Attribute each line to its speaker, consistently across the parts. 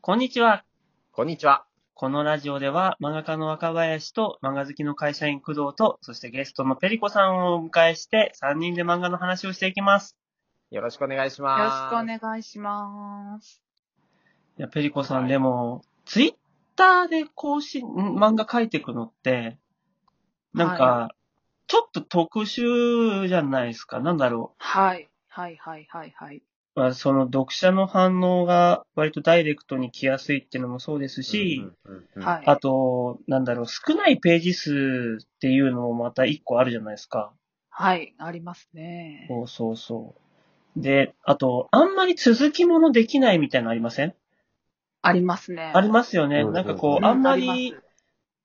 Speaker 1: こんにちは。
Speaker 2: こんにちは。
Speaker 1: このラジオでは漫画家の若林と漫画好きの会社員工藤と、そしてゲストのペリコさんをお迎えして3人で漫画の話をしていきます。
Speaker 2: よろしくお願いし
Speaker 3: よろ
Speaker 2: ま
Speaker 3: し
Speaker 2: す。
Speaker 3: くお願いします。
Speaker 1: いや、ペリコさん、
Speaker 2: はい
Speaker 1: でも、ツイッターで更新、ん漫画書いていくのって、なんか、ちょっと特殊じゃないですか。なんだろ
Speaker 3: はい。はい、はい、はい、はい。
Speaker 1: う。まあ、その読者の反応が割とダイレクトに来やすいっていうのもそうですし、
Speaker 2: うんうんうんうん
Speaker 3: はい。
Speaker 1: あと、なんだろう、少ないページ数っていうのもまた一個あるじゃないですか。
Speaker 3: はい。ありますね。
Speaker 1: そうそうそう。で、あと、あんまり続きものできないみたいなのありません
Speaker 3: ありますね。
Speaker 1: ありますよね。
Speaker 2: うん
Speaker 1: なんかこ
Speaker 2: う
Speaker 1: う、
Speaker 2: ん
Speaker 1: あんま
Speaker 3: あ
Speaker 1: り
Speaker 3: りま、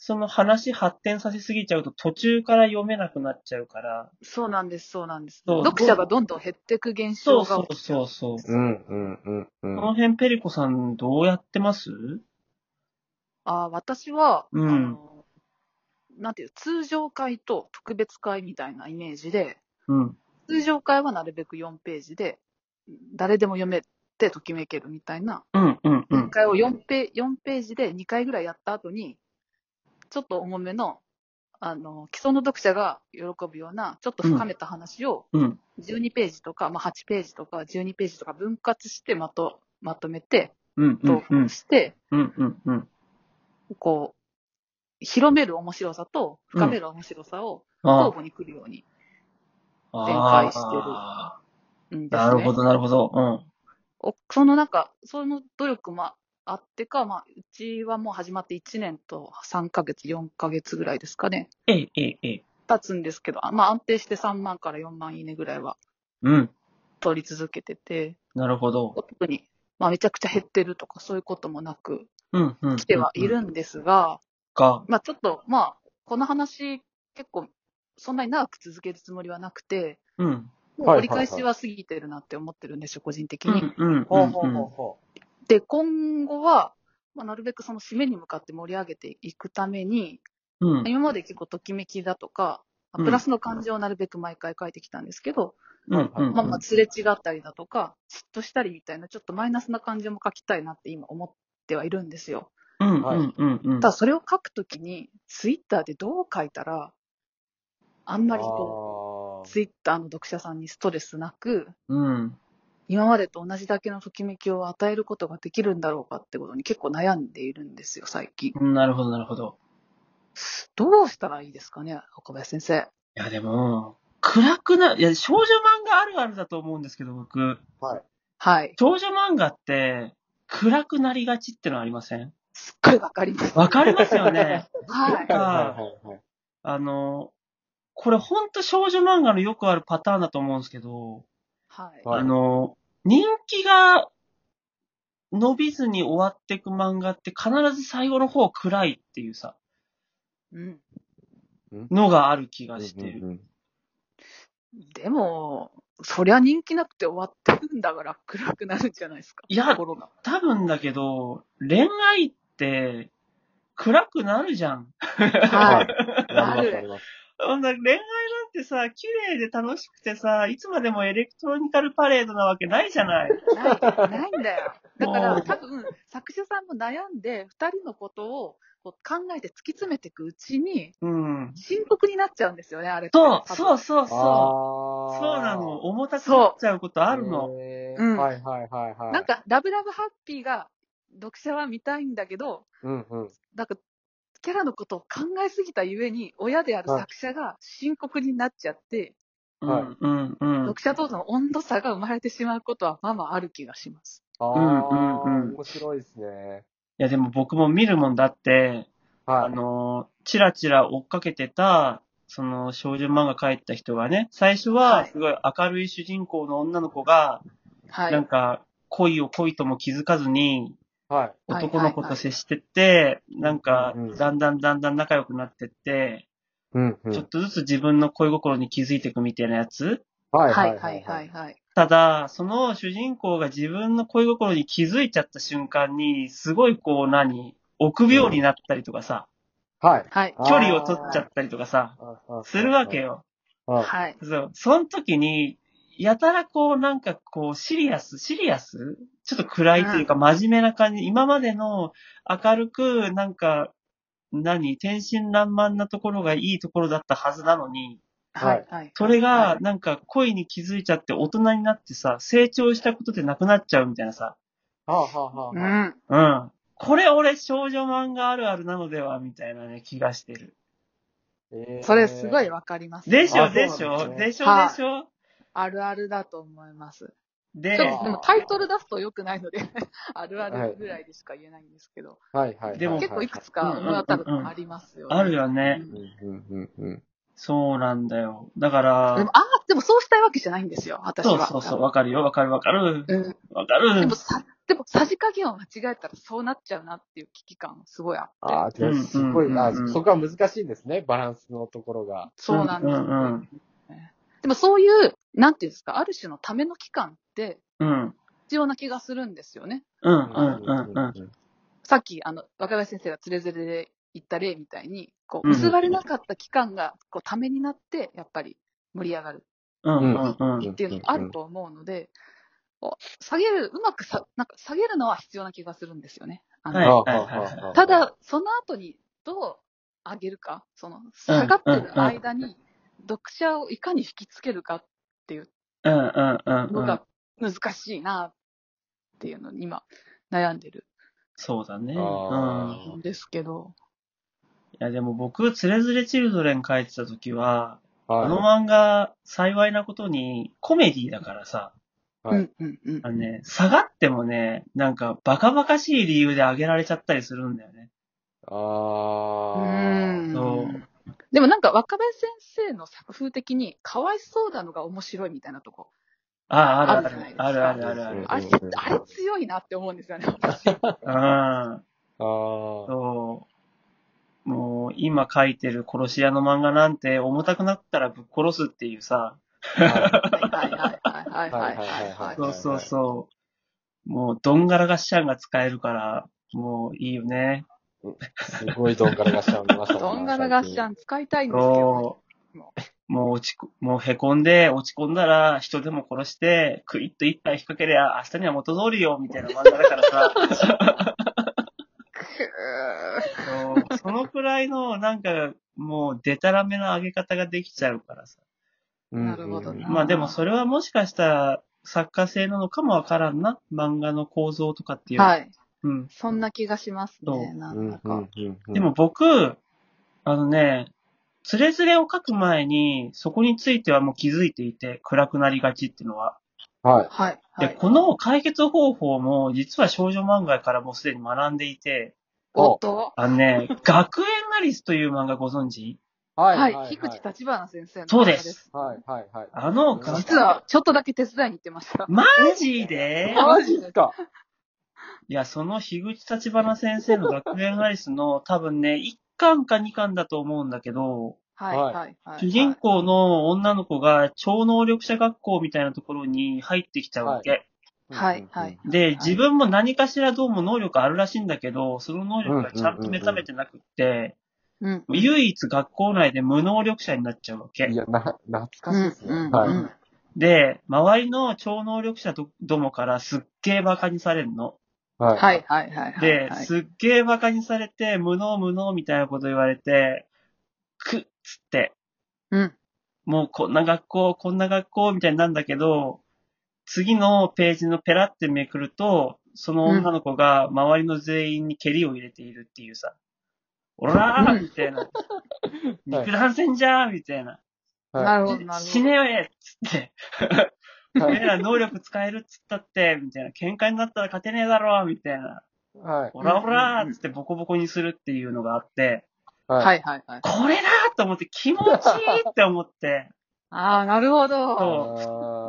Speaker 1: その話発展させすぎちゃうと途中から読めなくなっちゃうから。
Speaker 3: そうなんです、そうなんです。
Speaker 1: そう
Speaker 3: 読者がどんどん減っていく現
Speaker 1: そう
Speaker 3: 象が
Speaker 1: そ
Speaker 3: 起
Speaker 1: う
Speaker 3: きちゃ。
Speaker 1: そううそう。こ
Speaker 2: うんうんうんうん。
Speaker 1: の辺、ペリコさんどうやってます
Speaker 3: あ私は、
Speaker 1: うん
Speaker 3: あの、なんていう、通常会と特別会みたいなイメージで、
Speaker 1: うん。
Speaker 3: 通常会はなるべく4ページで、誰でも読めてときめけるみたいな、
Speaker 1: うんうんう
Speaker 3: 1
Speaker 1: ん。
Speaker 3: 回を4ペ ,4 ページで2回ぐらいやった後に、ちょっと重めの、あの、既存の読者が喜ぶような、ちょっと深めた話を
Speaker 1: うん。
Speaker 3: 12ページとか、まあ8ページとか12ページとか分割してまと、まとめて、
Speaker 1: うんう
Speaker 3: 投
Speaker 1: んうん
Speaker 3: 稿。して、
Speaker 1: うんうんうん。
Speaker 3: こう、広める面白さと深める面白さを
Speaker 1: あ
Speaker 3: 交互に来るように、
Speaker 1: あ。
Speaker 3: 展開してる
Speaker 1: あ
Speaker 3: うん
Speaker 1: ー
Speaker 3: ですね
Speaker 1: なるほど、なるほど。うん。
Speaker 3: おそのなんか、その努力もあってか、まあ、うちはもう始まって1年と3ヶ月、4ヶ月ぐらいですかね、
Speaker 1: ええ、ええ、ええ。
Speaker 3: 経つんですけど、あまあ安定して3万から4万いいねぐらいは
Speaker 1: うん。
Speaker 3: 取り続けてて、
Speaker 1: なるほど。
Speaker 3: 特に、まあめちゃくちゃ減ってるとかそういうこともなく
Speaker 1: うん、うん。
Speaker 3: 来てはいるんですが、
Speaker 1: か。
Speaker 3: まあちょっと、まあ、この話結構そんなに長く続けるつもりはなくて、
Speaker 1: うん。
Speaker 3: もう
Speaker 2: はい
Speaker 3: 折り
Speaker 2: はいはい
Speaker 3: 返しは過ぎてるなって思ってるんですよ、個人的
Speaker 1: う
Speaker 3: に。
Speaker 1: ん、うん。
Speaker 2: ほうほうほうほ
Speaker 3: で、今後は、まあ、なるべくその締めに向かって盛り上げていくために、
Speaker 1: うん。うん。
Speaker 3: 今まで結構ときめきだとか、
Speaker 1: うん
Speaker 3: プラスの感情をなるべく毎回書いてきたんですけど、
Speaker 1: うん、うん。
Speaker 3: まあまあ、すれ違ったりだとか、嫉妬したりみたいな、ちょっとマイナスな感情も書きたいなって今思ってはいるんですよ。
Speaker 1: うん、うん、うん。うん
Speaker 3: ただ、それを書くときに、ツイッターでどう書いたら、あん
Speaker 2: う。
Speaker 3: まりこ
Speaker 2: こ
Speaker 3: う、ツイッターの読者さんにストレスなく、
Speaker 1: うん。
Speaker 3: 今までと同じだけのときめきを与えることができるんだろうかってことに結構悩んでいるんですよ、最近。
Speaker 1: うんなるほど、なるほど。
Speaker 3: どうしたらいいですかね、岡林先生。
Speaker 1: いや、でも、暗くな、いや、少女漫画あるあるだと思うんですけど、僕。
Speaker 3: はい。
Speaker 1: 少女漫画って、暗くなりがちってのありません
Speaker 3: すっごいわかります。
Speaker 1: わかりますよ ね。
Speaker 3: はい。
Speaker 2: はいはいはいはい。
Speaker 1: あの、これほんと少女漫画のよくあるパターンだと思うんですけど、
Speaker 3: はい。
Speaker 2: はい
Speaker 1: あの、人気が伸びずに終わっていく漫画って必ず最後の方暗いっていうさ、
Speaker 3: うん。
Speaker 1: のがある気がして
Speaker 2: う
Speaker 1: る。
Speaker 2: んうん
Speaker 3: でも、そりゃ人気なくて終わってるんだから暗くなるんじゃないですか。
Speaker 1: いや
Speaker 3: 心が。
Speaker 1: 多分だけど、恋愛って暗くなるじゃん。
Speaker 3: は。
Speaker 2: はいい。なりますなります。
Speaker 1: そんな恋愛なんてさ、綺麗で楽しくてさ、いつまでもエレクトロニカルパレードなわけないじゃない。
Speaker 3: ない、ないんだよ。だか
Speaker 1: も
Speaker 3: ら
Speaker 1: う
Speaker 3: 多分、作者さんも悩んで、二人のことをこう考えて突き詰めていくうちに、
Speaker 1: うん。
Speaker 3: 深刻になっちゃうんですよね、あれって。
Speaker 1: そう、
Speaker 3: う。
Speaker 1: そうそうそ
Speaker 2: あ
Speaker 1: う。
Speaker 2: ー
Speaker 1: そうなの。。重たくなっちゃうことあるの。
Speaker 2: へー
Speaker 3: うん
Speaker 2: はいはいはいはい。
Speaker 3: なん、か、ラブラブハッピーが読者は見たいんだけど、
Speaker 2: うんうん。
Speaker 3: なんか、キャラのことを考えすぎたゆえに、親である作者が深刻になっちゃって、
Speaker 1: う
Speaker 2: はい
Speaker 1: ん、うん、うん。
Speaker 3: 読者との温度差が生まれてしまうことはまあまあある気がします。
Speaker 2: ああ、
Speaker 1: うんうんうん
Speaker 2: 面白いですね。
Speaker 1: いや、でも僕も見るもんだって、あ
Speaker 2: はい。
Speaker 1: の、チラチラ追っかけてた、その少女漫画描いてた人がね、最初
Speaker 3: は
Speaker 1: はいすごい明るい主人公の女の子が、
Speaker 3: はい。
Speaker 1: なんか恋を恋とも気づかずに、
Speaker 2: はい。
Speaker 3: はい
Speaker 1: 男の子と接してって、なんか
Speaker 2: うんうん、
Speaker 1: だんだんだんだん仲良くなってって、
Speaker 2: うんう
Speaker 1: ちょっとずつ自分の恋心に気づいていくみたいなやつ
Speaker 2: は
Speaker 3: はいはいはい。はい。
Speaker 1: ただ、その主人公が自分の恋心に気づいちゃった瞬間に、すごいこう何臆病になったりとかさ、
Speaker 2: はい。
Speaker 3: はい。
Speaker 2: あー
Speaker 1: 距離を取っちゃったりとかさ、
Speaker 2: ああ
Speaker 1: するわけよ。
Speaker 2: ああ
Speaker 3: はい。
Speaker 1: そう。その時に、やたらこう、なんかこう、シリアス、シリアスちょっと暗いというか、真面目な感じ。今までの明るく、なんか、何天真爛漫なところがいいところだったはずなのに、
Speaker 3: はい。はい。
Speaker 1: それ
Speaker 3: は
Speaker 1: が、
Speaker 3: い
Speaker 1: なんか恋に気づいちゃって大人になってさ、成長したことでなくなっちゃうみたいなさ。
Speaker 2: はあはあはあ
Speaker 3: う
Speaker 2: はあ。
Speaker 3: ん。
Speaker 1: うん。これ俺少女漫画あるあるなのではみたいなね、気がしてる。
Speaker 2: えー
Speaker 3: それすごいわかります。
Speaker 1: でしょ
Speaker 2: あそうなん
Speaker 1: で
Speaker 2: です
Speaker 1: し
Speaker 2: ね
Speaker 1: ょでしょ
Speaker 3: はい
Speaker 1: でしょ
Speaker 3: あるあるだと思います。
Speaker 1: で
Speaker 3: ちょっとでもタイトル出すと良くないので、 あるあるぐらいでしか言えないんですけど、
Speaker 2: はいはいはい。
Speaker 1: でも
Speaker 3: 結構いく
Speaker 2: つ。
Speaker 3: つか、
Speaker 1: うんうんうんうん
Speaker 3: まあ多分ありますよね。
Speaker 1: あるよね。
Speaker 3: うん
Speaker 2: うんうんうん
Speaker 1: そうなんだよ。だか
Speaker 3: で
Speaker 1: ら
Speaker 3: も、、ああ、でもそうしたいわけじゃないんですよ、私
Speaker 1: そう
Speaker 3: は。
Speaker 1: そうそう、わかるよ、わかるわかる。
Speaker 3: うん。
Speaker 1: わか
Speaker 3: で
Speaker 1: る
Speaker 3: も。さ、でもさじ加減を間違えたらそうなっちゃうなっていう危機感すごいあって。
Speaker 2: ああ、でもすご
Speaker 1: う
Speaker 2: い、
Speaker 1: ん
Speaker 2: あ
Speaker 1: うんうん
Speaker 2: そこは難しいんですね、バランスのところが。
Speaker 3: そうなんです
Speaker 1: う
Speaker 3: よ、
Speaker 1: んうん
Speaker 3: でもそういう、なんていうんですか、ある種のための期間って
Speaker 1: うん。
Speaker 3: 必要な気がするんですよね。
Speaker 1: うん、う、
Speaker 2: うん
Speaker 1: うん、うん。
Speaker 3: さっき、あの、若林先生がつれづれで言った例みたいに、こう、
Speaker 1: うん
Speaker 3: 結ばれなかった期間が、こう、ためになって、やっぱり盛り上がる
Speaker 1: うん、うん、うん。
Speaker 3: っていうのがあると思うので、こう下げる、うまくさ、なんか下げるのは必要な気がするんですよね。あの
Speaker 1: はい
Speaker 3: た、だ、その後にどう上げるか、その、下がってる間に、読者をいかに引きつけるか
Speaker 1: うん、うん、うん
Speaker 3: の
Speaker 1: うん
Speaker 3: が。難しいなっていうのに今悩んでる
Speaker 1: そうだね。う
Speaker 2: あ
Speaker 1: ん。
Speaker 2: ー
Speaker 3: んですけど、
Speaker 1: いや、でも僕、つれづれチルドレン書いてた時は、あの
Speaker 2: は
Speaker 1: 漫画、幸いなことに、コメディだからさ、
Speaker 2: い。はい。
Speaker 3: うんうんうん
Speaker 1: あ。のね、下がってもね、なんか、バカバカしい理由で上げられちゃったりするんだよね。
Speaker 2: あ
Speaker 3: う
Speaker 2: ー
Speaker 3: ん
Speaker 1: そう
Speaker 3: でもなんか若林先生の作風的にかわいそうなのが面白いみたいなとこ。
Speaker 1: ああ、あ
Speaker 3: あ
Speaker 1: る
Speaker 3: る
Speaker 1: あ
Speaker 3: じ
Speaker 1: る
Speaker 3: ゃないで。すか
Speaker 1: あるあるあるある。
Speaker 3: あれ
Speaker 2: うんうんう、ん
Speaker 3: あれ強いなって思うんですよね、私。
Speaker 1: うん。
Speaker 2: あー。
Speaker 1: そう。もう、今書いてる殺し屋の漫画なんて、重たくなったらぶっ殺すっていうさ。
Speaker 2: は
Speaker 3: はいはいはいはいはいはい
Speaker 2: は
Speaker 1: そ
Speaker 2: いう
Speaker 1: そうそう。もう、どんがらがっしゃんが使えるから、もういいよね。
Speaker 2: いすごいドンガラガッシャン見ましたも
Speaker 3: ど
Speaker 2: ね
Speaker 3: んがらがっしゃん使いたいんですけど
Speaker 1: そう。もう落ちこ、もう凹んで、落ち込んだら、人でも殺して、クイッと一杯引っ掛けりゃ、明日には元通りよ、みたいな漫画だから さ。そうそのくらいの、なんか、もう、デタラメな上げ方ができちゃうからさ。
Speaker 2: うん
Speaker 3: なるほどな
Speaker 1: まあでも、それはもしかしたら、作家性なのかもわからんな。漫画の構造とかって
Speaker 3: く
Speaker 1: い
Speaker 3: ー
Speaker 1: う。
Speaker 3: はい。
Speaker 1: うん。
Speaker 3: そんな気がします
Speaker 1: そう
Speaker 3: ね、な
Speaker 2: うん
Speaker 3: ん
Speaker 2: うん
Speaker 3: だか。
Speaker 2: うんうん
Speaker 1: でも、僕、あのね、つれづれを書く前に、そこについてはもう気づいていて、暗くなりがちっていうのは。
Speaker 2: はい。
Speaker 3: はい。は
Speaker 1: で、
Speaker 3: い。
Speaker 1: この解決方法も、実は少女漫画からもうすでに学んでいて、
Speaker 3: おっと
Speaker 1: あの ね、学園ナリスという漫画ご存知
Speaker 2: は
Speaker 3: はい。樋口立花先生の
Speaker 1: そう
Speaker 3: 漫画
Speaker 1: です。。
Speaker 2: はい、はい、はい。
Speaker 1: あの、
Speaker 2: か
Speaker 3: 実は、ちょっとだけ手伝いに行ってました。
Speaker 1: マジで
Speaker 2: マジですか
Speaker 1: いや、その樋口立花先生の学園ナリスの 多分ね、1巻か2巻だと思うんだけど、
Speaker 3: はい、
Speaker 2: はい
Speaker 3: はい、はい。
Speaker 1: 主人公の女の子が超能力者学校みたいなところに入ってきちゃうわけ。
Speaker 3: はい、はい。
Speaker 1: で、自分も何かしらどうも能力あるらしいんだけど、その能力がちゃんと目覚めてなくって、
Speaker 3: うん。
Speaker 1: 唯一学校内で無能力者になっちゃうわけ
Speaker 2: い。や、な、懐かしいですね。
Speaker 3: うんうん
Speaker 2: はい。
Speaker 3: うん
Speaker 1: で、周りの超能力者どどもからすっげえ馬鹿にされるの。
Speaker 2: は。
Speaker 3: はいい、はい、はい。はい
Speaker 1: で、
Speaker 3: はい
Speaker 1: すっげえ馬鹿にされて、無能無能みたいなこと言われて、くっつって、
Speaker 3: うん。
Speaker 1: もうこんな学校、こんな学校みたいになんだけど、次のページのペラってめくると、その女の子が周りの全員に蹴りを入れているっていうさ、おらーみた いな、
Speaker 2: はい
Speaker 1: 肉弾戦じゃーみたいな、
Speaker 2: はい
Speaker 3: なるほど、なるほど。
Speaker 1: 死ねよえっつって、
Speaker 2: は
Speaker 1: 俺
Speaker 2: い。
Speaker 1: ら能力使えるっつったって、みたいな、喧嘩になったら勝てねえだろ、みたいな、
Speaker 2: はい。
Speaker 1: おらおらーっつってボコボコにするっていうのがあって、
Speaker 2: は。
Speaker 3: はいい、はい、はい。
Speaker 1: これだーと思って気持ちいいって思 って、
Speaker 3: ああ、なるほど。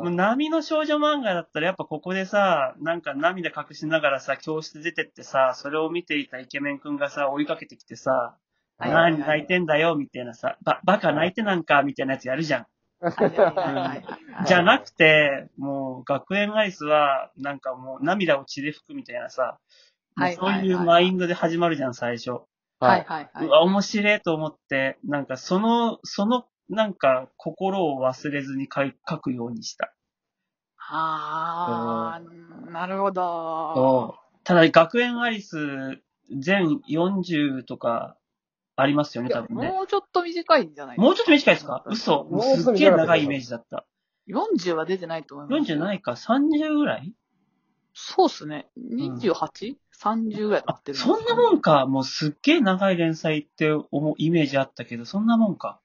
Speaker 1: もう
Speaker 2: あ
Speaker 1: 波の少女漫画だったらやっぱここでさ、なんか涙隠しながらさ、教室出てってさ、それを見ていたイケメンくんがさ、追いかけてきてさ、
Speaker 3: はい
Speaker 1: 何泣いてんだよ、みたいなさ、ば、バカ泣いてなんか、みたいなやつやるじゃん。
Speaker 3: はいはいはいはい
Speaker 1: じゃなくて、もう学園アイスは、なんかもう涙を血で拭くみたいなさ、もうそういうマインドで始まるじゃん、最初。
Speaker 2: ー
Speaker 3: はい、。はい、は
Speaker 1: う
Speaker 3: い。
Speaker 1: わ、面白いと思って、なんかその、その、なんか心を忘れずに書い書くようにした。
Speaker 3: ああ、なるほど。
Speaker 1: そう。ただ、学園アリス、全40とかありますよね、
Speaker 3: いや
Speaker 1: 多分ね。
Speaker 3: もうちょっと短いんじゃない
Speaker 1: もうちょっと短いですか嘘。
Speaker 2: もうちょっ
Speaker 1: す
Speaker 2: と短かった
Speaker 1: っげえ長いイメージだった。
Speaker 3: 40は出てないと思います。
Speaker 1: 40ないか、30ぐらい
Speaker 3: そうっすね。28?30、30ぐらいになってる
Speaker 1: そんなもんか。もうすっげえ長い連載って思うイメージあったけど、そんなもんか。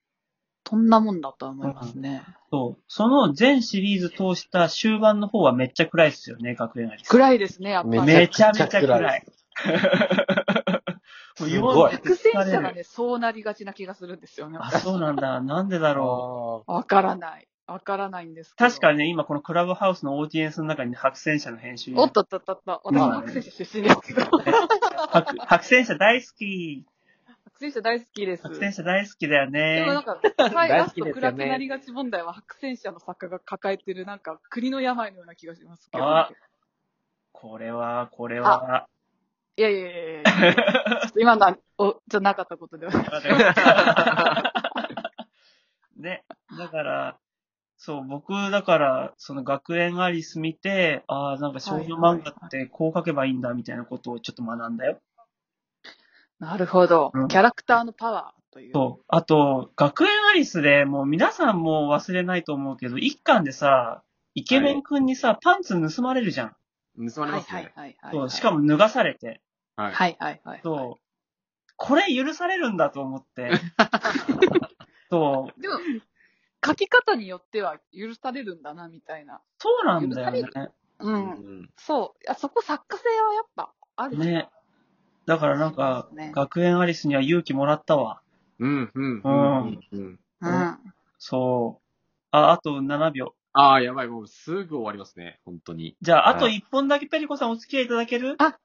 Speaker 3: そんなもんだと思いますね。
Speaker 1: そう。その全シリーズ通した終盤の方はめっちゃ暗いっすよね、学園アリス。
Speaker 3: 暗いですね、やっぱり。
Speaker 1: めちゃめちゃ暗い。
Speaker 2: すごい。
Speaker 3: 作戦者がね、そうなりがちな気がするんですよね。
Speaker 1: あ、そうなんだ。なんでだろ
Speaker 2: あ
Speaker 3: わからない。わからないんです
Speaker 1: う。
Speaker 3: けど。
Speaker 1: 確かにね、今このクラブハウスのオーディエンスの中に白戦者の編集員
Speaker 3: おっとっとっとっと。私も白戦者出身ですけど。
Speaker 1: 白白戦車大好き。
Speaker 3: 白戦者大好きです。
Speaker 1: 白戦車大好きだよ
Speaker 3: でもなん
Speaker 1: ね。
Speaker 3: か、はい、
Speaker 2: 大
Speaker 3: ラ
Speaker 2: 好
Speaker 3: ス
Speaker 2: き
Speaker 3: ト
Speaker 2: ですよね
Speaker 3: 暗くなりがち問題は白戦者の作家が抱えてる、なんか国の病のような気がしますけど。
Speaker 1: あこれは、これは。
Speaker 3: いやいやいやいやいやちょっと今のは、お、じゃなかったことでは。
Speaker 1: ね。だから、そう、僕、だから、その学園アリス見て、ああ、なんか少女漫画ってこう書けばいいんだ、みたいなことをちょっと学んだよ。
Speaker 3: なるほど
Speaker 1: うん。
Speaker 3: キャラクターのパワーという。
Speaker 1: そう。あと、学園アリスでもう皆さんも忘れないと思うけど、一巻でさ、イケメンくんにさ、パンツ盗まれるじゃん。
Speaker 4: ー盗ま
Speaker 3: は
Speaker 4: れ
Speaker 3: い
Speaker 4: ます
Speaker 3: はい
Speaker 4: ね。
Speaker 3: はいはい。
Speaker 1: そう。しかも脱がされて。
Speaker 4: はい。
Speaker 3: はいはいはい。
Speaker 1: そう。これ許されるんだと思 って。そう。
Speaker 3: でも、書き方によっては許されるんだな、みたいな。
Speaker 1: そうなんだよね
Speaker 3: 許。う。
Speaker 4: うんん。
Speaker 3: そう。あそこ作家性はやっぱある。
Speaker 1: ね。だからなんか、
Speaker 3: そうですね
Speaker 1: 学園アリスには勇気もらったわ。
Speaker 4: うん、うん、
Speaker 1: う
Speaker 4: うんんうん。
Speaker 3: うん。
Speaker 1: そう。あ、あと7秒。
Speaker 4: ああ、やばい、もうすぐ終わりますね。本当に。
Speaker 1: じゃあ、あと
Speaker 4: はい
Speaker 1: 1本だけペリコさんお付き合いいただける
Speaker 3: あ、